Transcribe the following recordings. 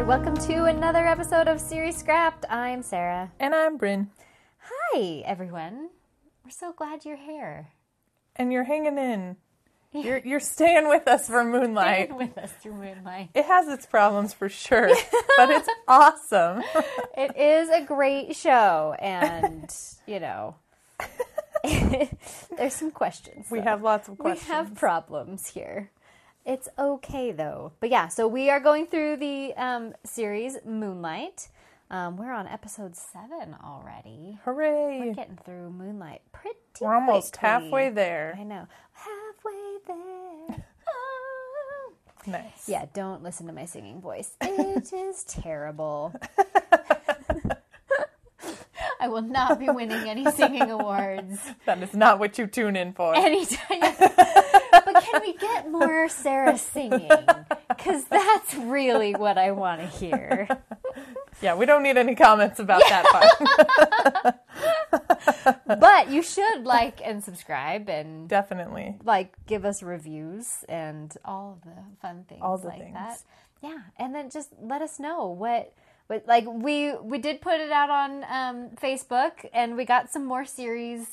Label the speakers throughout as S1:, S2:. S1: Welcome to another episode of Series Scrapped. I'm Sarah.
S2: And I'm Bryn.
S1: Hi, everyone. We're so glad you're here.
S2: And you're hanging in. You're you're staying with us for Moonlight.
S1: Staying with us through Moonlight.
S2: It has its problems for sure, but it's awesome.
S1: It is a great show, and, you know, there's some questions.
S2: We
S1: though.
S2: have lots of questions.
S1: We have problems here. It's okay though. But yeah, so we are going through the um, series Moonlight. Um, we're on episode seven already.
S2: Hooray.
S1: We're getting through Moonlight pretty.
S2: We're almost
S1: quickly.
S2: halfway there.
S1: I know. Halfway there. Oh.
S2: Nice.
S1: Yeah, don't listen to my singing voice. It is terrible. I will not be winning any singing awards.
S2: That is not what you tune in for.
S1: anytime. but can we get more Sarah singing? Because that's really what I want to hear.
S2: Yeah, we don't need any comments about that part.
S1: But you should like and subscribe and
S2: Definitely.
S1: like give us reviews and all the fun things
S2: All the
S1: like
S2: things.
S1: that. Yeah, and then just let us know what. But like we we did put it out on um, Facebook and we got some more series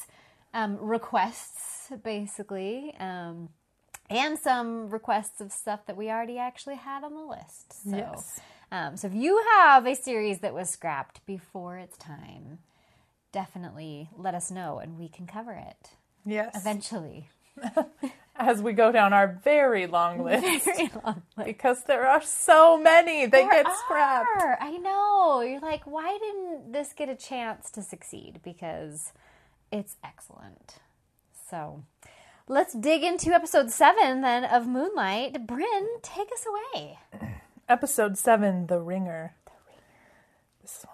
S1: um, requests basically um, and some requests of stuff that we already actually had on the list. So,
S2: Yes.
S1: um, so if you have a series that was scrapped before its time, definitely let us know and we can cover it
S2: Yes.
S1: eventually.
S2: As we go down our very long list
S1: Very long list.
S2: because there are so many that get scrapped.
S1: Are, I know. You're like, why didn't this get a chance to succeed? Because it's excellent. So let's dig into episode seven then of Moonlight. Bryn, take us away.
S2: Episode 7, The Ringer. The Ringer. This is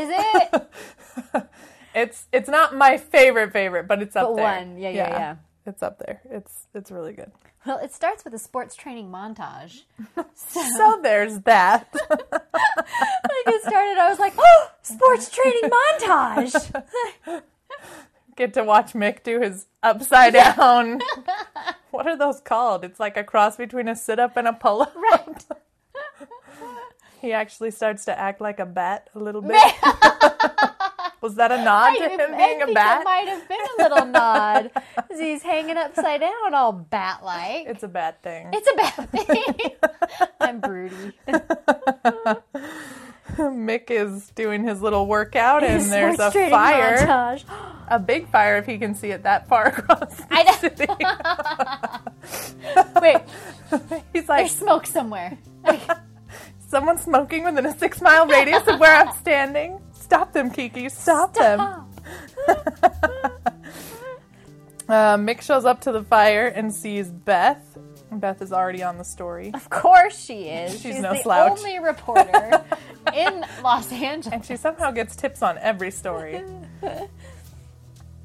S2: one of my favorite episodes.
S1: Is it?
S2: It's it's not my favorite favorite, but it's up
S1: But
S2: there.
S1: one. Yeah, yeah, yeah.
S2: It's up there. It's it's really good.
S1: well, it starts with a sports training montage.
S2: So there's that.
S1: Like it started, I was like, oh, sports training montage.
S2: Get to watch Mick do his upside down. what are those called? It's like a cross between a sit up and a pull up.
S1: right.
S2: He actually starts to act like a bat a little bit. Was that a nod to him
S1: I
S2: being
S1: think
S2: a
S1: it
S2: bat?
S1: might have been a little nod. 'cause He's hanging upside down, all bat like.
S2: It's a bad thing.
S1: It's a bad thing. I'm broody.
S2: Mick is doing his little workout, and
S1: Sports
S2: there's a
S1: training
S2: fire,
S1: montage.
S2: a big fire if he can see it that far across the
S1: I know.
S2: city.
S1: Wait,
S2: He's like,
S1: there's smoke somewhere.
S2: Someone smoking within a six mile radius of where I'm standing. Stop them, Kiki. Stop, them.
S1: Oh,
S2: Uh, Mick shows up to the fire and sees Beth. Beth is already on the story.
S1: of course she is. She's,
S2: no
S1: the
S2: slouch.
S1: only reporter in Los Angeles.
S2: And she somehow gets tips on every story.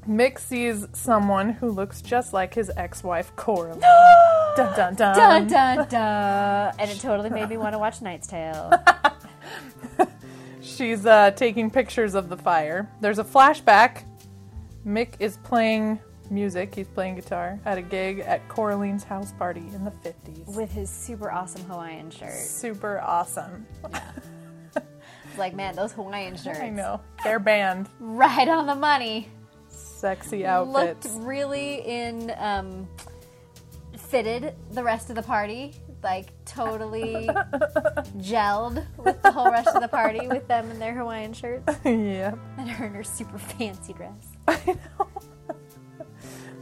S2: Mick sees someone who looks just like his ex wife, Coraline. dun dun dun.
S1: Dun dun dun. Um, And it totally made me want to watch Knight's Tale.
S2: She's uh, taking pictures of the fire. There's a flashback. Mick is playing music, he's playing guitar at a gig at Coraline's house party in the 50s.
S1: With his super awesome Hawaiian shirt.
S2: super awesome.
S1: It's Like, man, those Hawaiian shirts.
S2: I know. Their band,
S1: Right on the money.
S2: sexy
S1: looked
S2: outfits.
S1: really in um, fitted the rest of the party like totally gelled with the whole rest of the party with them in their hawaiian shirts
S2: yeah.
S1: and her in her super fancy dress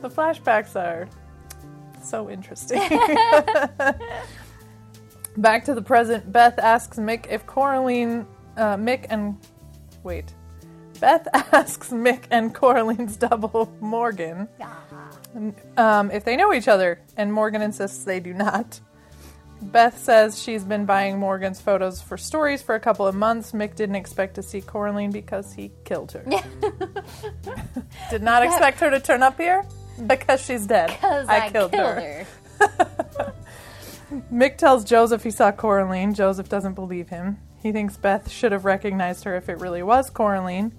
S2: The flashbacks are so interesting. Back to the present, Beth asks Mick if Coraline, uh, Mick and. Wait. Beth asks Mick and Coraline's double, Morgan, um, if they know each other, and Morgan insists they do not. Beth says she's been buying Morgan's photos for stories for a couple of months. Mick didn't expect to see Coraline because he killed her. Did not expect her to turn up here because she's dead.
S1: because I, killed, her.
S2: Mick tells Joseph he saw Coraline. Joseph doesn't believe him. He thinks Beth should have recognized her if it really was Coraline.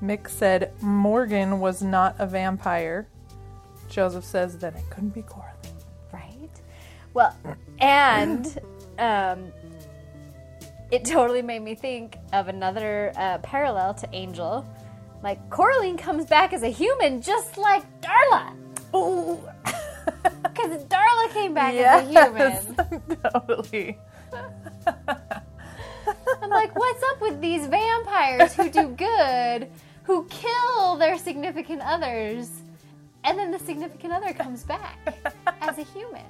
S2: Mick said Morgan was not a vampire. Joseph says then it couldn't be Coraline.
S1: right well and um, it totally made me think of another uh, parallel to Angel. Like Coraline comes back as a human, just like Darla,
S2: Ooh.
S1: because Darla came back as a
S2: yes,
S1: human.
S2: totally.
S1: I'm like, what's up with these vampires who do good, who kill their significant others, and then the significant other comes back as a human,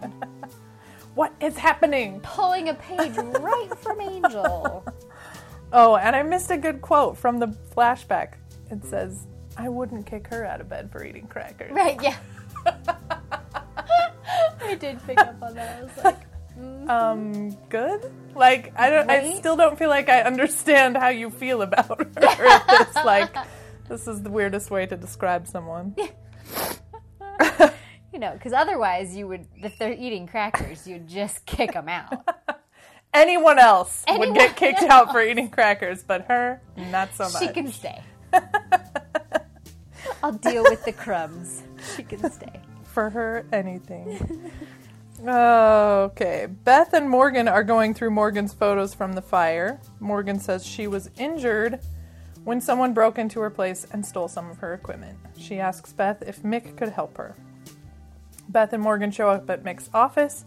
S2: What is happening?
S1: pulling a page right from Angel.
S2: Oh, and I missed a good quote from the flashback. It says, "I wouldn't kick her out of bed for eating crackers."
S1: Right, yeah. I did pick up on that. I was like,
S2: Um, good. Like I don't. I
S1: Right?
S2: still don't feel like I understand how you feel about her. If it's like this is the weirdest way to describe someone.
S1: you know, because otherwise you would, if they're eating crackers, you'd just kick them out.
S2: Anyone else would
S1: Anyone
S2: get kicked out for eating crackers, but her, not so much.
S1: She can stay. I'll deal with the crumbs. She can stay.
S2: for her anything. okay. Beth and Morgan are going through Morgan's photos from the fire. Morgan says she was injured when someone broke into her place and stole some of her equipment. She asks Beth if Mick could help her. Beth and Morgan show up at Mick's office.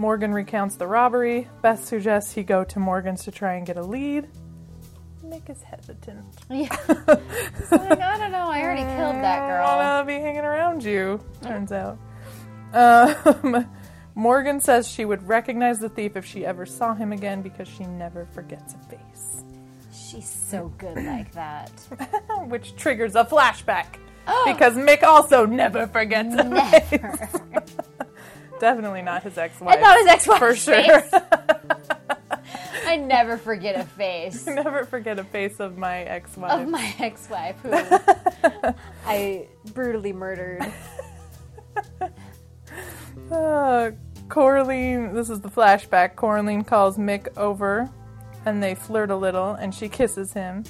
S2: Morgan recounts the robbery. Beth suggests he go to Morgan's to try and get a lead. Mick is hesitant.
S1: Yeah. It's like, I don't know. I already killed that girl.
S2: want to Mm, be hanging around you. Turns out. Um, Morgan says she would recognize the thief if she ever saw him again because she never forgets a face,
S1: She's so good like that.
S2: which triggers a flashback because Mick also never forgets a face.
S1: Oh. Never.
S2: Definitely not his
S1: I thought
S2: ex-wife.
S1: his ex-wife
S2: For sure.
S1: face. I never forget a face
S2: never forget a face of my ex-wife.
S1: of my ex-wife who I brutally murdered.
S2: Uh, Coraline, this is the flashback. Coraline calls Mick over and they flirt a little and she kisses him.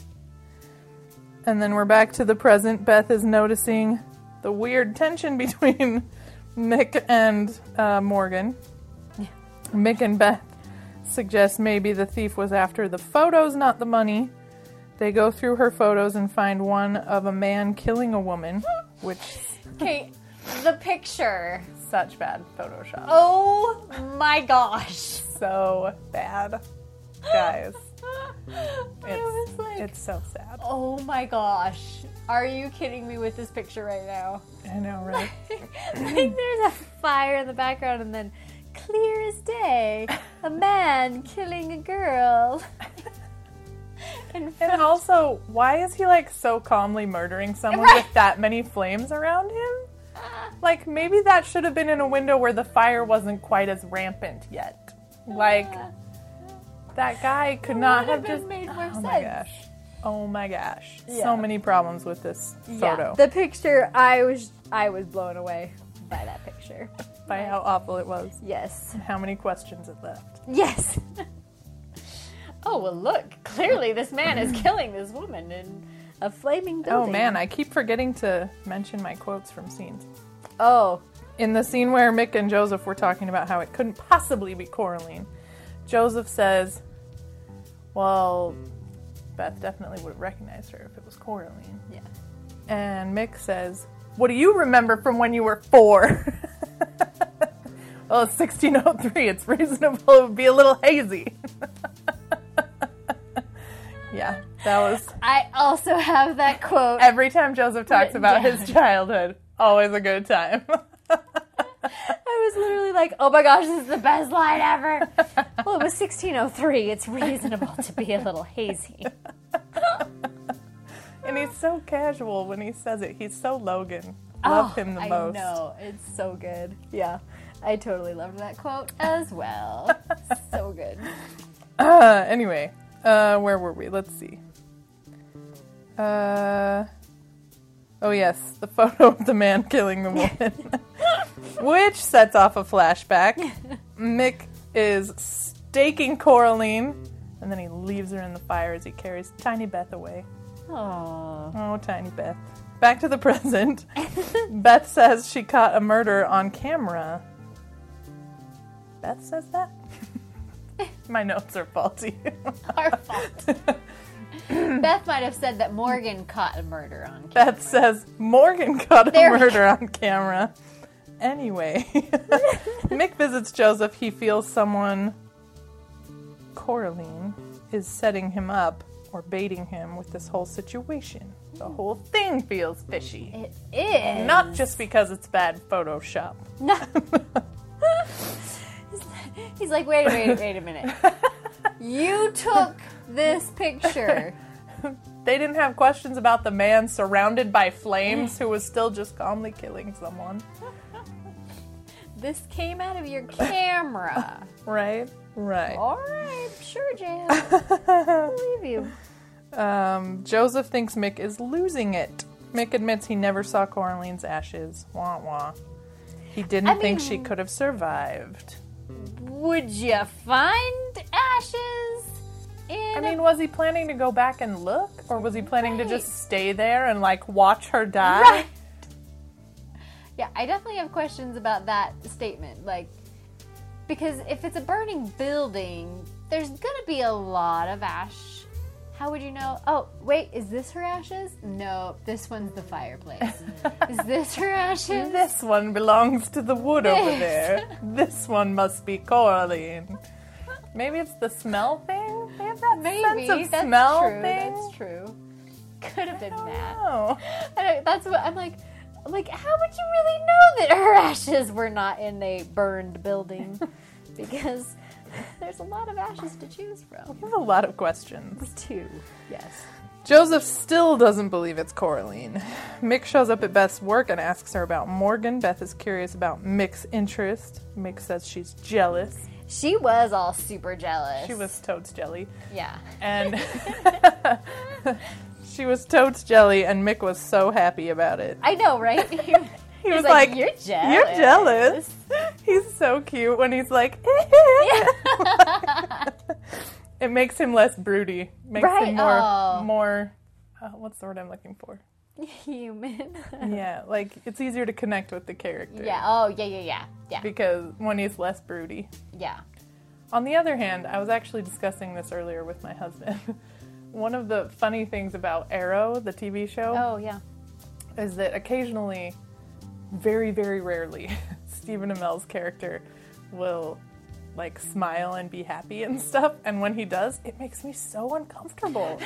S2: And then we're back to the present. Beth is noticing the weird tension between Mick and uh, Morgan. Mick and Beth suggest maybe the thief was after the photos, not the money. They go through her photos and find one of a man killing a woman, which
S1: Okay, the picture.
S2: such bad Photoshop.
S1: Oh my gosh.
S2: so bad, guys.
S1: I
S2: It's,
S1: was like,
S2: it's so sad.
S1: oh my gosh. Are you kidding me with this picture right now?
S2: I know, right?
S1: like there's a fire in the background and then clear as day, a man killing a girl. and
S2: And also, why is he like so calmly murdering someone
S1: Right. Ah.
S2: with that many flames around him? Like, maybe that should have been in a window where the fire wasn't quite as rampant yet. Like, that guy could not
S1: would Ah. have
S2: have
S1: been
S2: just
S1: made more
S2: oh my
S1: sense.
S2: gosh. Oh my gosh.
S1: Yeah.
S2: So many problems with this
S1: yeah,
S2: photo
S1: the picture I was I was blown away by that picture.
S2: by how awful it was
S1: Yes.
S2: and how many questions it left.
S1: Yes. oh well look, clearly this man is killing this woman in a flaming
S2: Oh
S1: building.
S2: man, I keep forgetting to mention my quotes from scenes.
S1: Oh.
S2: In the scene where Mick and Joseph were talking about how it couldn't possibly be Coraline, Joseph says, Well, Beth definitely would have recognized her if it was Coraline.
S1: Yeah.
S2: And Mick says, What do you remember from when you were four? well, it's 1603. It's reasonable. It would be a little hazy. yeah, that was
S1: I also have that quote.
S2: every time Joseph talks about
S1: Yeah.
S2: his childhood, always a good time.
S1: I was literally like, oh my gosh, this is the best line ever. well, it was 1603. It's reasonable to be a little hazy.
S2: And he's so casual when he says it. He's so Logan. Love
S1: Oh,
S2: him the
S1: I
S2: most.
S1: know. It's so good. Yeah. I totally loved that quote as well. so good.
S2: Uh, anyway, uh, where were we? Let's see. Uh, oh yes, the photo of the man killing the woman, which sets off a flashback. Mick is staking Coraline, and then he leaves her in the fire as he carries Tiny Beth away.
S1: Oh.
S2: Oh, tiny Beth. Back to the present. Beth says she caught a murder on camera. Beth says that? My notes are faulty.
S1: Our fault. Beth might have said that Morgan caught a murder on camera.
S2: Beth says Morgan caught a
S1: There we
S2: murder on camera. Anyway, Mick visits Joseph. He feels someone, Coraline, is setting him up or baiting him with this whole situation. The whole thing feels fishy.
S1: It is.
S2: Not just because it's bad Photoshop.
S1: No. He's like, wait, wait, wait a minute. You took this picture.
S2: They didn't have questions about the man surrounded by flames who was still just calmly killing someone.
S1: This came out of your camera.
S2: Right? Right.
S1: All right, sure, Jan. I believe you.
S2: Um, Joseph thinks Mick is losing it. Mick admits he never saw Coraline's ashes. Wah wah. He didn't
S1: I
S2: think
S1: mean-
S2: she could have survived.
S1: Would you find ashes in
S2: I mean, was he planning to go back and look? Or was he planning to
S1: Right.
S2: just stay there and, like, watch her die?
S1: Right. Yeah, I definitely have questions about that statement. Like, because if it's a burning building, there's gonna be a lot of ash. How would you know? Oh, wait, is this her ashes? No, this one's the fireplace. is this her ashes?
S2: This one belongs to the wood over there. This one must be Coraline. Maybe it's the smell thing? They have that
S1: Maybe
S2: sense of
S1: that's
S2: smell
S1: true.
S2: thing?
S1: That's true. Could have been
S2: I don't
S1: that.
S2: know.
S1: I don't, that's what I'm like. I'm like, how would you really know that her ashes were not in a burned building? because there's a lot of ashes to choose from.
S2: I have a lot of questions.
S1: Two, yes.
S2: Joseph still doesn't believe it's Coraline. Mick shows up at Beth's work and asks her about Morgan. Beth is curious about Mick's interest. Mick says she's jealous.
S1: She was all super jealous.
S2: She was Toad's jelly.
S1: Yeah.
S2: And she was Toad's jelly, and Mick was so happy about it.
S1: I know, right? He,
S2: He
S1: was
S2: was like,
S1: "You're jealous."
S2: You're jealous. He's so cute when he's like, it makes him less broody, makes
S1: Right,
S2: him more,
S1: oh.
S2: more. Uh, what's the word I'm looking for?
S1: Human.
S2: yeah, like it's easier to connect with the character.
S1: Yeah. Oh, yeah, yeah, yeah, yeah,
S2: Because when he's less broody.
S1: yeah.
S2: On the other hand, I was actually discussing this earlier with my husband. One of the funny things about Arrow, the TV show,
S1: Oh, yeah.
S2: is that occasionally, very, very rarely, Stephen Amell's character will like smile and be happy and stuff. And when he does, it makes me so uncomfortable.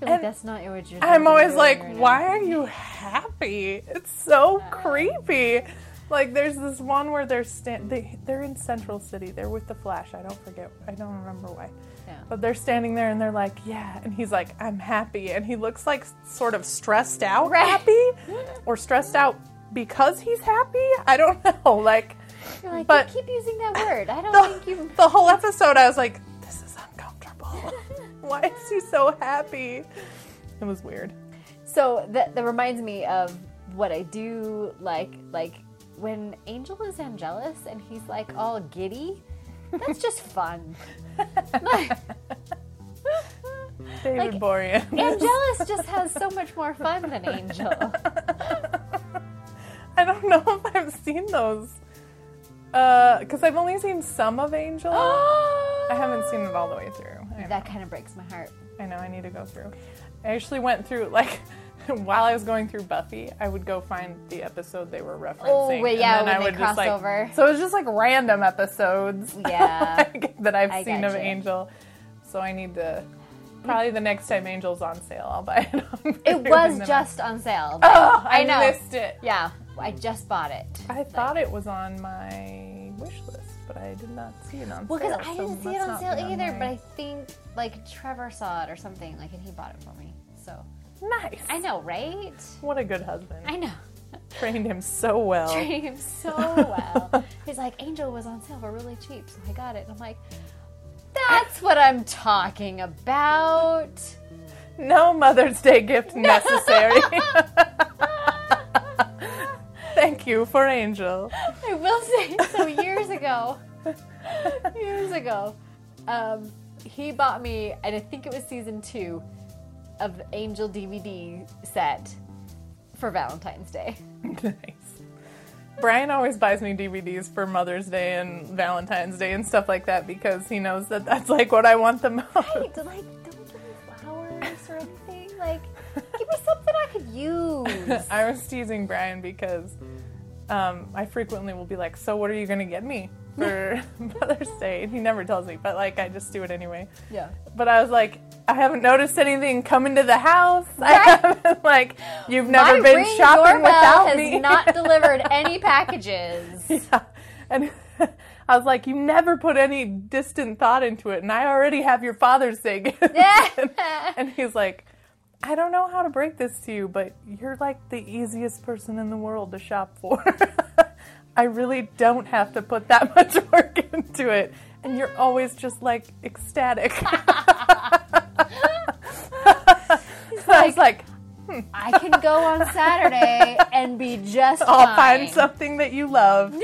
S1: You're like,
S2: And
S1: that's not what you're.
S2: I'm always
S1: doing
S2: like,
S1: right now."
S2: why are you happy? It's so creepy. Like, there's this one where they're stand they they're in Central City. They're with the Flash. I don't forget. I don't remember why.
S1: Yeah.
S2: But they're standing there and they're like, yeah. And he's like, I'm happy. And he looks like s- sort of stressed out,
S1: Right.
S2: happy, or stressed out because he's happy. I don't know. Like,
S1: You're like,
S2: but-
S1: you keep using that word. I don't
S2: the,
S1: think you.
S2: the whole episode, I was like, this is uncomfortable. why is he so happy? It was weird.
S1: So that that reminds me of what I do like like when Angel is Angelus and he's like all giddy. That's just fun.
S2: David
S1: Like,
S2: Borean.
S1: Angelus just has so much more fun than Angel.
S2: I don't know if I've seen those. Because I've only seen some of Angel. I haven't seen it all the way through. I know,
S1: That kind of breaks my heart.
S2: I know, I need to go through. I actually went through, like, while I was going through Buffy, I would go find the episode they were referencing.
S1: Oh, wait, yeah,
S2: and
S1: when
S2: then I
S1: they
S2: would just,
S1: cross
S2: like-
S1: over.
S2: So it was just like random episodes
S1: Yeah.
S2: like, that I've
S1: I
S2: seen of
S1: gotcha.
S2: Angel. So I need to. Probably the next time Angel's on sale, I'll buy it on
S1: It
S2: video
S1: was
S2: and then I'll-
S1: just on sale.
S2: Oh, I,
S1: I know.
S2: missed it.
S1: Yeah, I just bought it.
S2: I thought it was on my wish list, but I did not see it on
S1: Well,
S2: sale.
S1: because I
S2: so
S1: didn't see
S2: must
S1: it on
S2: not
S1: sale
S2: be on
S1: either, but
S2: my-
S1: I think like Trevor saw it or something, like, and he bought it for me. So
S2: nice.
S1: I know, right?
S2: What a good husband.
S1: I know.
S2: Trained him so well.
S1: Treating him so well. He's like, Angel was on sale for really cheap, so I got it. And I'm like, that's what I'm talking about.
S2: no Mother's Day gift necessary. Thank you for Angel.
S1: I will say, so years ago, years ago, um, he bought me, and I think it was season two of the Angel DVD set for Valentine's Day.
S2: nice. Brian always buys me DVDs for Mother's Day and Valentine's Day and stuff like that because he knows that that's like what I want the most.
S1: Right, like, don't give me flowers or anything. Like, give me something I could use.
S2: I was teasing Brian because um, I frequently will be like, "So what are you gonna get me for Mother's Day?" And he never tells me, but like I just do it anyway.
S1: Yeah.
S2: But I was like, I haven't noticed anything coming to the house. I haven't like you've never
S1: My
S2: been
S1: Ring
S2: shopping
S1: doorbell
S2: without
S1: has
S2: me.
S1: not delivered any packages.
S2: yeah. And I was like, you never put any distant thought into it, and I already have your Father's Day gift.
S1: Yeah.
S2: and he's like, I don't know how to break this to you, but you're like the easiest person in the world to shop for. I really don't have to put that much work into it. And you're always just like ecstatic. I was like,
S1: I can go on Saturday and be just
S2: I'll
S1: fine.
S2: find something that you love.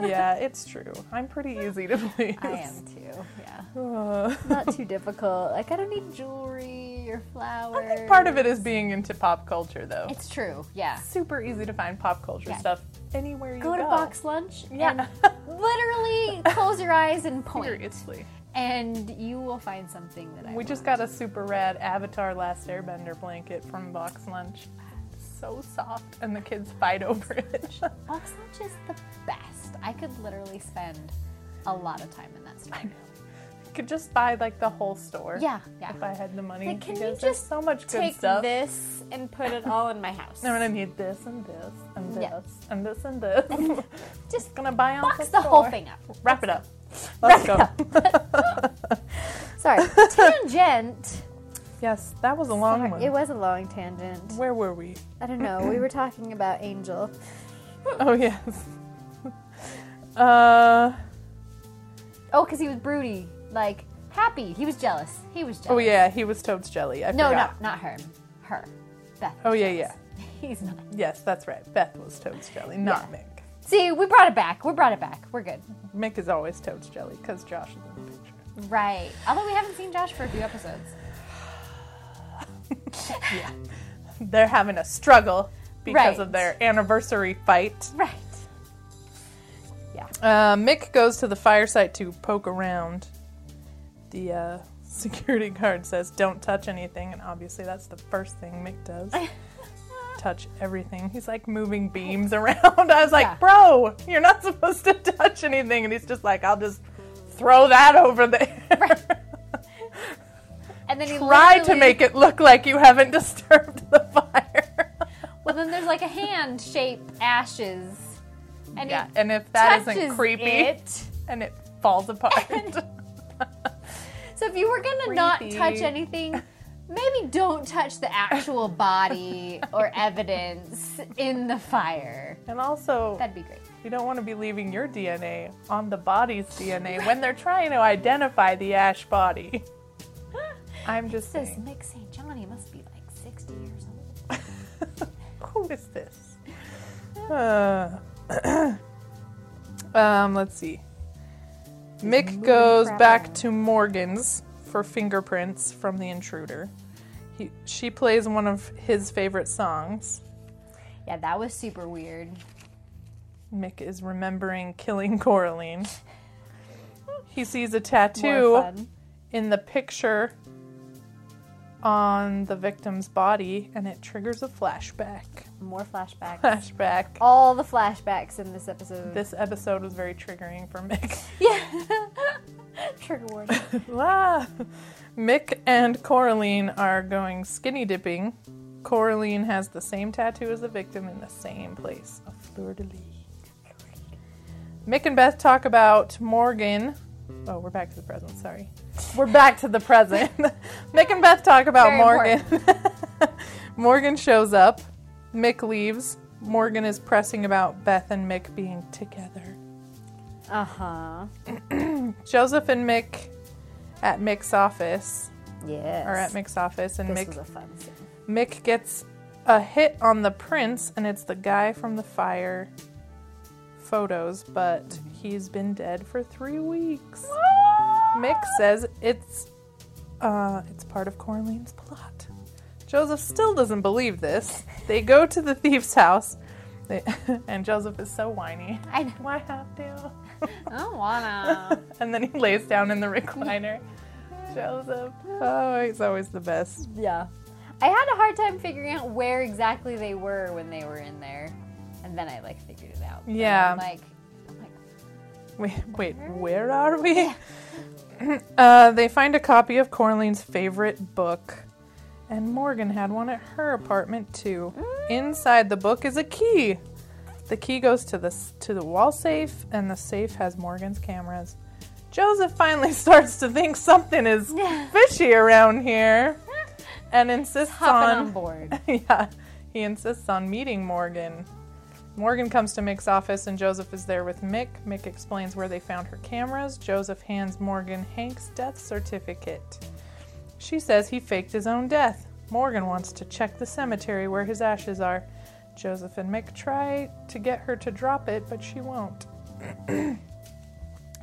S2: yeah, it's true. I'm pretty easy to please.
S1: I am too. Yeah,
S2: Uh,
S1: not too difficult. Like I don't need jewelry or flowers.
S2: I think part of it is being into pop culture, though. It's
S1: It's true. Yeah.
S2: super easy to find pop culture
S1: Yeah.
S2: stuff anywhere you
S1: Go
S2: go.
S1: to box lunch.
S2: Yeah.
S1: And literally close your eyes and point,
S2: Seriously.
S1: and you will find something that I.
S2: We just got a super rad Avatar Last Airbender blanket from Box Lunch. So soft, and the kids fight over it.
S1: Box lunch is the best. I could literally spend a lot of time in that store.
S2: Could just buy like the whole store.
S1: Yeah, yeah.
S2: If I had the money.
S1: Like, can you
S2: because there's
S1: just
S2: so much good
S1: Take
S2: stuff?
S1: this and put it all in my house.
S2: I'm gonna need this and this and this
S1: Yeah.
S2: and this and this.
S1: Just
S2: gonna buy on
S1: box the whole thing up.
S2: Wrap it up. Let's go.
S1: Sorry, tangent.
S2: Yes, that was a long
S1: Sorry,
S2: one.
S1: It was a long tangent.
S2: Where were we?
S1: I don't know. We were talking about Angel.
S2: Oh yes. Uh
S1: Oh, because he was broody, like happy. He was jealous. He was jealous.
S2: oh yeah, he was Toad's jelly. I
S1: No, no,
S2: forgot.
S1: not her. Her. Beth.
S2: Oh yeah, yeah.
S1: He's not.
S2: Yes, that's right. Beth was Toad's jelly, not Mick.
S1: See, we brought it back. We brought it back. We're good.
S2: Mick is always Toad's jelly because Josh is in the picture.
S1: Right. Although we haven't seen Josh for a few episodes.
S2: They're having a struggle
S1: Right.
S2: because of their anniversary fight.
S1: Right.
S2: Uh, Mick goes to the fireside to poke around. The uh, security guard says, "Don't touch anything," and obviously that's the first thing Mick does. touch everything. He's like moving beams around. I was like,
S1: Yeah.
S2: "Bro, you're not supposed to touch anything," and he's just like, "I'll just throw that over there."
S1: And then he
S2: Try to
S1: literally-
S2: make it look like you haven't disturbed the fire.
S1: Well, then there's like a hand shaped ashes. And
S2: yeah,
S1: he
S2: and if that
S1: touches
S2: isn't creepy,
S1: it.
S2: and it falls apart.
S1: So if you were gonna not
S2: Creepy.
S1: touch anything, maybe don't touch the actual body or evidence in the fire.
S2: and also,
S1: That'd be great.
S2: You don't want to be leaving your DNA on the body's DNA when they're trying to identify the ash body. I'm just
S1: This
S2: saying,
S1: Mick St. John, he must be like 60 years old.
S2: who is this? Uh, um, let's see. Mick goes back to Morgan's for fingerprints from the intruder. He, she plays one of his favorite songs.
S1: Yeah, that was super weird.
S2: Mick is remembering killing Coraline. He sees a tattoo.
S1: More fun.
S2: in the picture on the victim's body and it triggers a flashback.
S1: More flashbacks.
S2: Flashback.
S1: All the flashbacks in this episode.
S2: This episode was very triggering for Mick.
S1: yeah. Trigger warning.
S2: Ah. Mick and Coraline are going skinny dipping. Coraline has the same tattoo as the victim in the same place, a fleur de lis. Mick and Beth talk about Morgan. Oh, we're back to the present, sorry. We're back to the present. Mick and Beth talk about
S1: Very
S2: Morgan. Morgan shows up. Mick leaves. Morgan is pressing about Beth and Mick being together.
S1: Uh huh.
S2: Joseph and Mick at Mick's office
S1: Yes.
S2: are at Mick's office, and
S1: This
S2: Mick
S1: was a fun scene.
S2: Mick gets a hit on the prince, and it's the guy from the fire photos, but he's been dead for three weeks. Mick says it's uh, it's part of Coraline's plot. Joseph still doesn't believe this. They go to the thief's house. They, and Joseph is so whiny.
S1: I know.
S2: Why have to?
S1: I don't wanna.
S2: and then he lays down in the recliner. Joseph. Oh, he's always the best.
S1: yeah. I had a hard time figuring out where exactly they were when they were in there, and then I like figured it out. But
S2: Yeah.
S1: I'm like, I'm like,
S2: Wait, wait where are we? uh, they find a copy of Coraline's favorite book, and Morgan had one at her apartment too. Inside the book is a key. The key goes to the s- to the wall safe, and the safe has Morgan's cameras. Joseph finally starts to think something is fishy around here, and insists
S1: hopping on board.
S2: yeah, he insists on meeting Morgan. Morgan comes to Mick's office and Joseph is there with Mick. Mick explains where they found her cameras. Joseph hands Morgan Hank's death certificate. She says he faked his own death. Morgan wants to check the cemetery where his ashes are. Joseph and Mick try to get her to drop it, but she won't.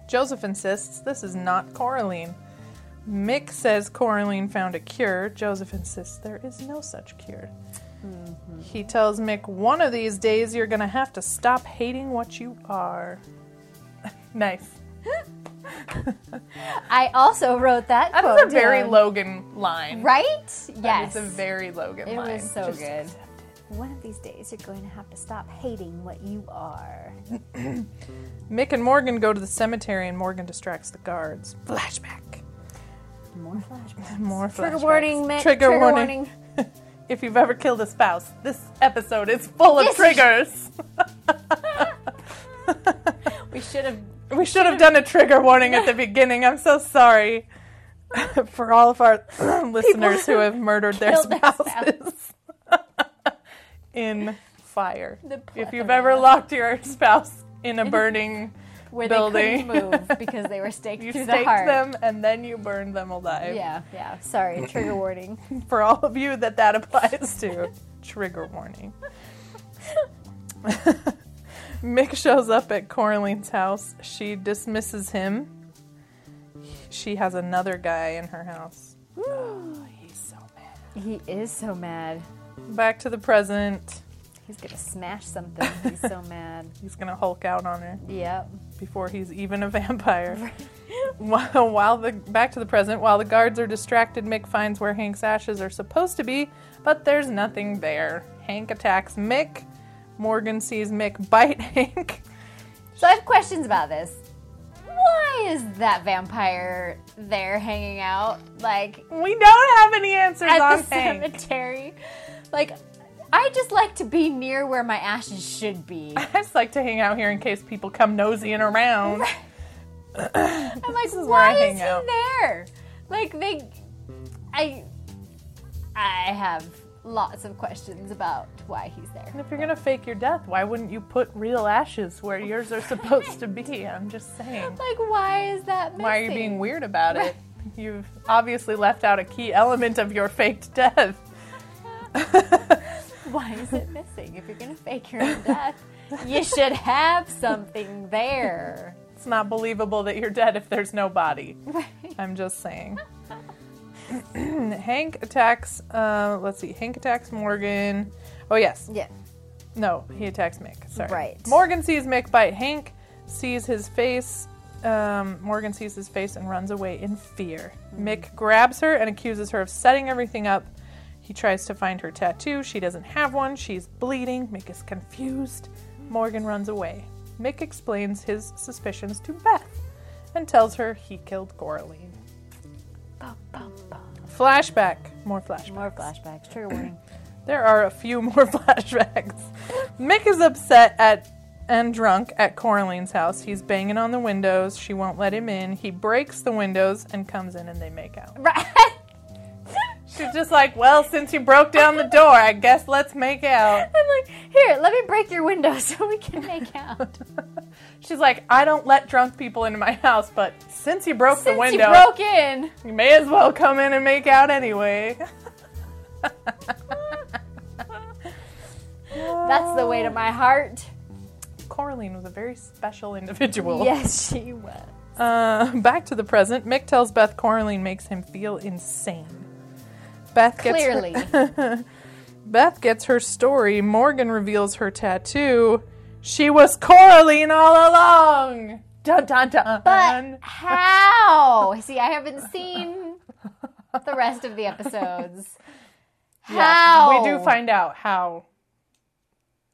S2: Joseph insists this is not Coraline. Mick says Coraline found a cure. Joseph insists there is no such cure.
S1: Mm-hmm.
S2: He tells Mick, one of these days you're going to have to stop hating what you are. nice.
S1: I also wrote that.
S2: That
S1: quote
S2: is a very
S1: down.
S2: Logan line.
S1: Right?
S2: That
S1: Yes.
S2: is a very Logan
S1: it
S2: line.
S1: was so
S2: Just-
S1: good. One of these days, you're going to have to stop hating what you are.
S2: Mick and Morgan go to the cemetery and Morgan distracts the guards. Flashback.
S1: More flashbacks.
S2: More
S1: Trigger
S2: flashbacks.
S1: warning, Mick.
S2: Trigger, warning. If you've ever killed a spouse, this episode is full of
S1: This-
S2: triggers.
S1: We should have.
S2: We should have done a trigger warning at the beginning. I'm so sorry for all of our listeners who have murdered their
S1: killed their
S2: spouses in fire.
S1: The
S2: If you've
S1: plethora.
S2: ever locked your spouse in a burning,
S1: Where
S2: building.
S1: they couldn't move because they were staked
S2: you
S1: through
S2: staked
S1: the heart.
S2: them and then you burned them alive.
S1: Yeah, yeah. Sorry, trigger warning.
S2: For all of you that that applies to, trigger warning. Mick shows up at Coraline's house. She dismisses him. She has another guy in her house. Oh, he's so mad.
S1: He is so mad.
S2: Back to the present.
S1: He's gonna smash something. He's so mad.
S2: He's gonna Hulk out on her
S1: Yep.
S2: before he's even a vampire. while, while the back to the present, while the guards are distracted, Mick finds where Hank's ashes are supposed to be, but there's nothing there. Hank attacks Mick. Morgan sees Mick bite Hank.
S1: So I have questions about this. Why is that vampire there hanging out? Like,
S2: We don't have any answers
S1: at
S2: on
S1: the
S2: Hank.
S1: cemetery. Like, I just like to be near where my ashes should be.
S2: I just like to hang out here in case people come nosying around.
S1: I'm like,
S2: is where I
S1: why is
S2: hang
S1: he
S2: out."
S1: there? Like, they, I, I have lots of questions about why he's there.
S2: And if you're gonna fake your death, why wouldn't you put real ashes where yours are supposed to be? I'm just saying.
S1: Like, why is that? Missing?
S2: Why are you being weird about it? You've obviously left out a key element of your faked death.
S1: Why is it missing? If you're gonna fake your own death, you should have something there.
S2: It's not believable that you're dead if there's no body. I'm just saying. Hank attacks. Uh, let's see. Hank attacks Morgan. Oh yes.
S1: Yeah.
S2: No, he attacks Mick. Sorry.
S1: Right.
S2: Morgan sees Mick bite Hank. Sees his face. Um, Morgan sees his face and runs away in fear.
S1: Mm-hmm.
S2: Mick grabs her and accuses her of setting everything up. He tries to find her tattoo. She doesn't have one. She's bleeding. Mick is confused. Morgan runs away. Mick explains his suspicions to Beth and tells her he killed Coraline.
S1: Bum, bum, bum.
S2: Flashback. More flashback.
S1: More flashbacks. Trigger warning.
S2: There are a few more flashbacks. Mick is upset at and drunk at Coraline's house. He's banging on the windows. She won't let him in. He breaks the windows and comes in and they make out.
S1: Right.
S2: She's just like, "Well, since you broke down the door, I guess let's make out."
S1: I'm like, here, let me break your window so we can make out.
S2: She's like, "I don't let drunk people into my house, but since you broke
S1: Since
S2: the window,
S1: you broke in,
S2: you may as well come in and make out anyway."
S1: that's the way to
S2: Oh.
S1: my heart.
S2: Coraline was a very special individual.
S1: Yes, she was.
S2: Uh, back to the present. Mick tells Beth Coraline makes him feel insane. Beth gets her-
S1: Clearly,
S2: Beth gets her story. Morgan reveals her tattoo. She was Coraline all along. Uh-huh. Dun dun dun.
S1: But how? See, I haven't seen the rest of the episodes. How?
S2: we do find out how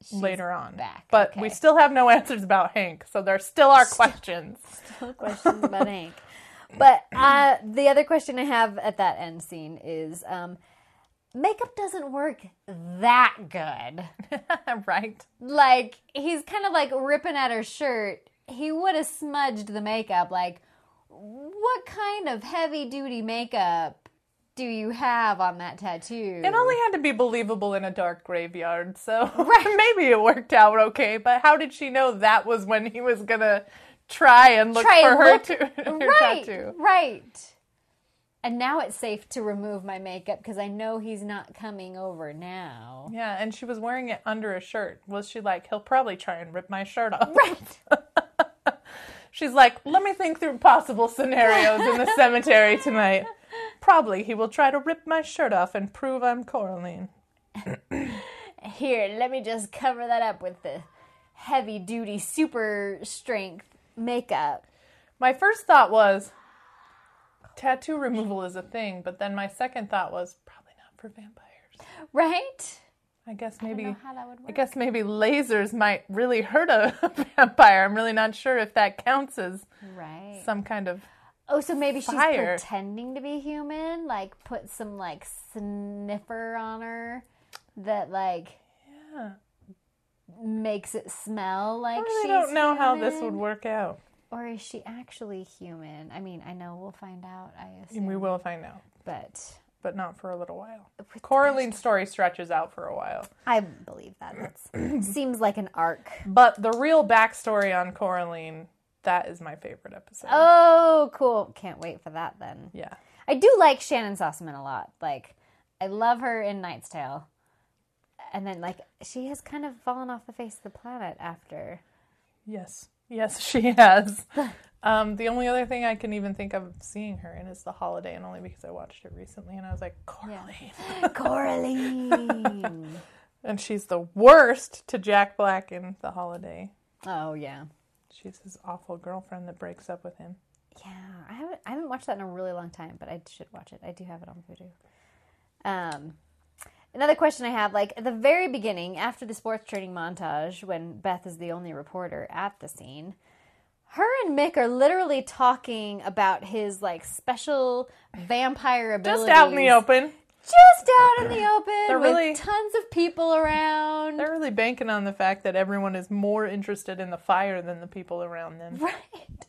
S1: She's
S2: later on,
S1: back.
S2: but we
S1: Okay.
S2: still have no answers about Hank, so there still are questions.
S1: No questions about Hank. But uh, the other question I have at that end scene is um, makeup doesn't work that good.
S2: right?
S1: Like, he's kind of like ripping at her shirt. He would have smudged the makeup. Like, what kind of heavy duty makeup do you have on that tattoo?
S2: It only had to be believable in a dark graveyard, so
S1: Right.
S2: maybe it worked out okay. But how did she know that was when he was gonna try and look
S1: Try
S2: for
S1: and
S2: her
S1: look-
S2: to her
S1: right,
S2: tattoo?
S1: right. And now it's safe to remove my makeup because I know he's not coming over now.
S2: Yeah, and she was wearing it under a shirt. Was she like, he'll probably try and rip my shirt off?
S1: Right.
S2: She's like, let me think through possible scenarios in the cemetery tonight. Probably he will try to rip my shirt off and prove I'm Coraline.
S1: Here, let me just cover that up with the heavy duty super strength makeup.
S2: My first thought was tattoo removal is a thing, but then my second thought was probably not for vampires.
S1: Right?
S2: I guess maybe
S1: know how that would
S2: I
S1: work.
S2: guess maybe lasers might really hurt a vampire. I'm really not sure if that counts as
S1: Right.
S2: some kind of
S1: Oh, so maybe she's
S2: Fire.
S1: pretending to be human, like put some like sniffer on her that like
S2: yeah.
S1: makes it smell like
S2: I really
S1: she's
S2: don't know how this
S1: human.
S2: would work out.
S1: Or is she actually human? I mean, I know we'll find out, I assume.
S2: And we will find out,
S1: Mm. But
S2: but not for a little while.
S1: With-
S2: Coraline's story stretches out for a while.
S1: I believe that. That's, seems like an arc.
S2: But the real backstory on Coraline, that is my favorite episode.
S1: Oh, cool. Can't wait for that then.
S2: Yeah.
S1: I do like Shannon Sossaman a lot. Like, I love her in Knight's Tale. And then, like, she has kind of fallen off the face of the planet after.
S2: Yes. Yes, she has. um, the only other thing I can even think of seeing her in is The Holiday, and only because I watched it recently and I was like, Coraline.
S1: Coraline.
S2: And she's the worst to Jack Black in The Holiday.
S1: oh, yeah.
S2: She's his awful girlfriend that breaks up with him.
S1: Yeah. I haven't, I haven't watched that in a really long time, but I should watch it. I do have it on Voodoo. Um, another question I have like, at the very beginning, after the sports training montage, when Beth is the only reporter at the scene, her and Mick are literally talking about his like special vampire abilities.
S2: Just out in the open.
S1: Just out in the open.
S2: They're
S1: with
S2: really-
S1: tons of people around.
S2: They're really banking on the fact that everyone is more interested in the fire than the people around them.
S1: Right.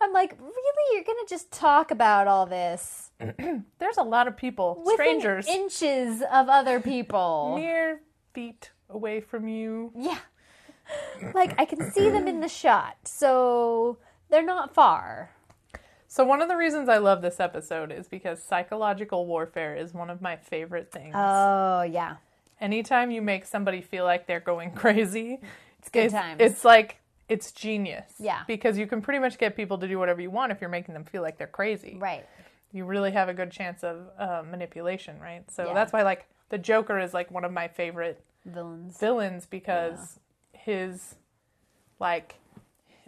S1: I'm like, really? You're gonna just talk about all this
S2: There's a lot of people,
S1: within
S2: strangers,
S1: inches of other people?
S2: mere feet away from you.
S1: Yeah. Like I can see them in the shot, so they're not far.
S2: So, one of the reasons I love this episode is because psychological warfare is one of my favorite things.
S1: Oh yeah.
S2: Anytime you make somebody feel like they're going crazy, it's
S1: good times.
S2: It's like, it's genius.
S1: Yeah.
S2: Because you can pretty much get people to do whatever you want if you're making them feel like they're crazy.
S1: Right.
S2: you really have a good chance of uh, manipulation, right? So
S1: Yeah.
S2: that's why, like, the Joker is like one of my favorite
S1: Villains.
S2: villains because his, like,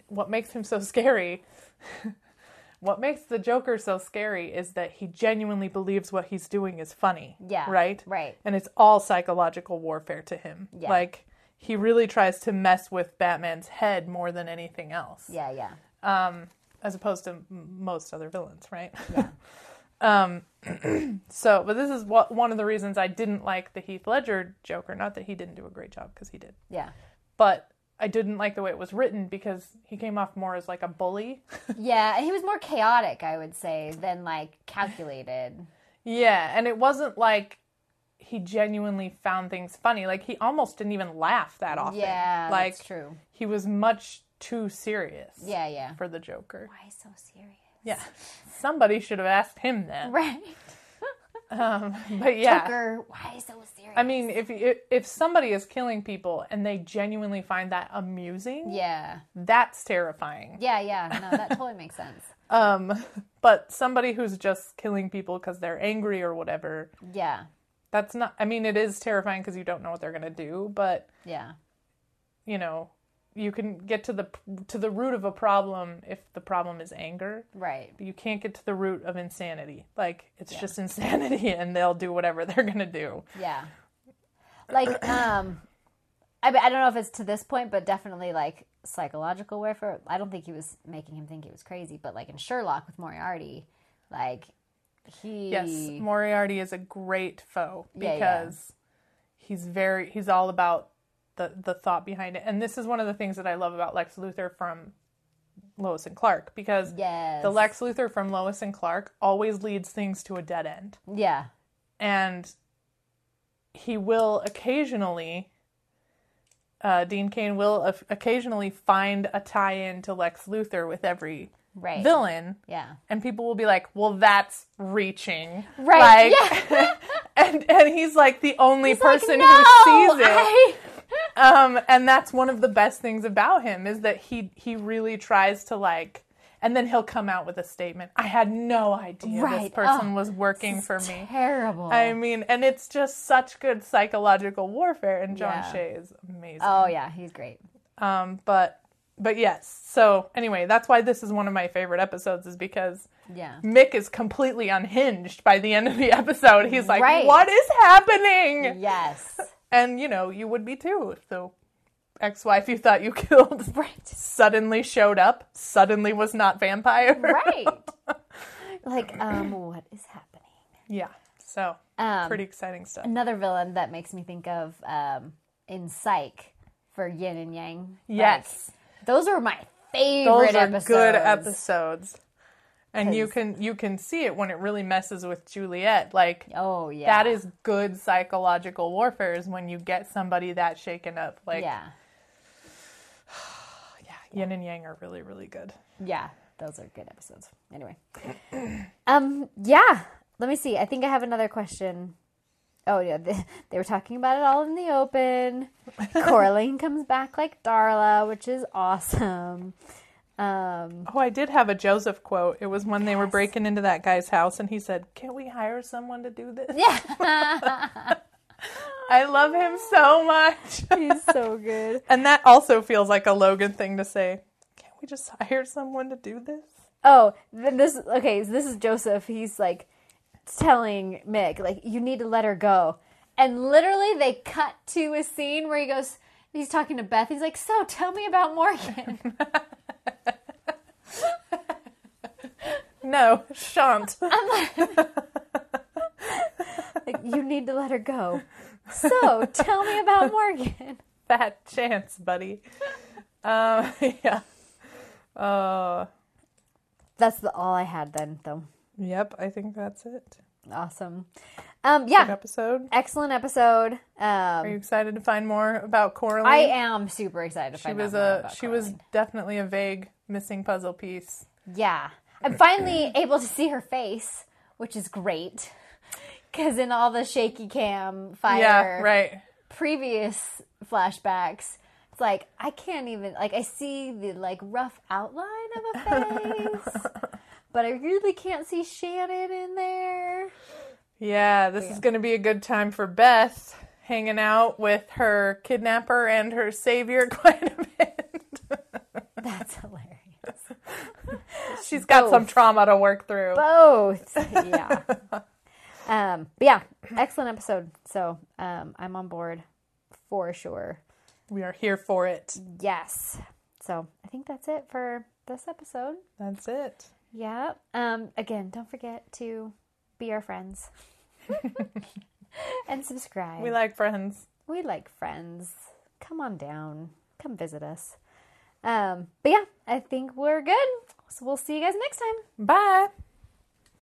S2: what makes him so scary, what makes the Joker so scary is that he genuinely believes what he's doing is funny.
S1: Yeah.
S2: Right?
S1: Right.
S2: And it's all psychological warfare to him.
S1: Yeah.
S2: Like, he really tries to mess with Batman's head more than anything else
S1: Yeah, yeah.
S2: as opposed to m- most other villains, right? Yeah. um, so, but this is what, one of the reasons I didn't like the Heath Ledger Joker. Not that he didn't do a great job, because he did,
S1: Yeah.
S2: but I didn't like the way it was written because he came off more as like a bully.
S1: Yeah, he was more chaotic, I would say, than like calculated.
S2: yeah, and it wasn't like he genuinely found things funny. Like he almost didn't even laugh that often.
S1: Yeah,
S2: like
S1: that's true.
S2: he was much too serious.
S1: Yeah, yeah.
S2: for the Joker.
S1: Why so serious?
S2: Yeah, somebody should have asked him that.
S1: Right.
S2: But yeah,
S1: Joker, why so serious?
S2: I mean, if if somebody is killing people and they genuinely find that amusing,
S1: yeah.
S2: that's terrifying.
S1: Yeah, yeah. No, that totally makes sense.
S2: Um, but somebody who's just killing people because they're angry or whatever,
S1: Yeah.
S2: That's not, I mean, it is terrifying because you don't know what they're going to do, but
S1: Yeah.
S2: you know, you can get to the to the root of a problem if the problem is anger.
S1: Right.
S2: But you can't get to the root of insanity. Like it's just insanity and they'll do whatever they're going to do.
S1: Yeah. Like, um, I mean, I don't know if it's to this point, but definitely like psychological warfare. I don't think he was making him think he was crazy, but like in Sherlock with Moriarty, like he.
S2: Yes, Moriarty is a great foe
S1: Yeah, yeah.
S2: because he's very he's all about the the thought behind it. And this is one of the things that I love about Lex Luthor from Lois and Clark because
S1: Yes.
S2: the Lex Luthor from Lois and Clark always leads things to a dead end.
S1: Yeah.
S2: and he will occasionally uh, Dean Kane will o- occasionally find a tie-in to Lex Luthor with every
S1: Right.
S2: villain,
S1: Yeah.
S2: and people will be like, "Well, that's reaching,
S1: Right,
S2: Like, and and he's like the only person
S1: Like,
S2: who sees it,
S1: I-
S2: um, and that's one of the best things about him is that he he really tries to like, and then he'll come out with a statement. I had no idea this
S1: Right.
S2: person
S1: Oh,
S2: was working for me.
S1: Terrible.
S2: I mean, and it's just such good psychological warfare, and John
S1: Yeah.
S2: Shea is amazing.
S1: oh yeah, he's great.
S2: Um, but but yes. So anyway, that's why this is one of my favorite episodes, is because
S1: Yeah.
S2: Mick is completely unhinged by the end of the episode. He's like,
S1: Right.
S2: "What is happening?"
S1: Yes.
S2: And you know, you would be too if the ex-wife you thought you killed
S1: right.
S2: suddenly showed up, suddenly was not vampire.
S1: Right. like, um, what is happening?
S2: Yeah. So
S1: Um,
S2: pretty exciting stuff.
S1: another villain that makes me think of um, in Psych for Yin and Yang. Like,
S2: Yes.
S1: those are my favorite
S2: those are
S1: episodes.
S2: good episodes and you can you can see it when it really messes with juliet like
S1: Oh yeah,
S2: that is good psychological warfare is when you get somebody that shaken up like
S1: yeah,
S2: yeah, yin and yang are really really good
S1: yeah. Those are good episodes. Anyway, um, yeah. Let me see. I think I have another question. Oh yeah, they, they were talking about it all in the open. Coraline comes back like Darla, which is awesome. Um,
S2: oh i did have a joseph quote it was when they were breaking into that guy's house and he said can we hire someone to do this
S1: yeah,
S2: i love him so much
S1: he's so good.
S2: and that also feels like a logan thing to say can't we just hire someone to do this
S1: Oh, then this okay. So this is Joseph. He's like telling Mick, like you need to let her go. And literally, they cut to a scene where he goes. He's talking to Beth. He's like, "So, tell me about Morgan."
S2: no shan't
S1: like, you need to let her go. So, tell me about Morgan.
S2: fat chance, buddy. Um, yeah. Uh,
S1: That's the, all I had then, though.
S2: yep, I think that's it.
S1: Awesome. Um,
S2: Good
S1: yeah,
S2: episode.
S1: excellent episode.
S2: Are
S1: Um,
S2: you excited to find more about Coraline?
S1: I am super excited to
S2: She
S1: find
S2: was
S1: out more
S2: a
S1: about
S2: she was
S1: Coraline.
S2: definitely a vague missing puzzle piece.
S1: Yeah. I'm finally able to see her face, which is great. Because in all the shaky cam fire
S2: Yeah, right.
S1: previous flashbacks, it's like I can't even like I see the like rough outline of a face, but I really can't see Shannon in there.
S2: Yeah, this is going to be a good time for Beth hanging out with her kidnapper and her savior quite a bit.
S1: That's hilarious.
S2: She's got some trauma to work through.
S1: Both, yeah. Um, but yeah, excellent episode. So um, I'm on board for sure.
S2: We are here for it.
S1: Yes. So I think that's it for this episode.
S2: That's it.
S1: Yeah. Um, again, don't forget to be our friends and subscribe.
S2: We like friends.
S1: we like friends. Come on down. Come visit us. Um, but yeah, I think we're good. So we'll see you guys next time.
S2: Bye.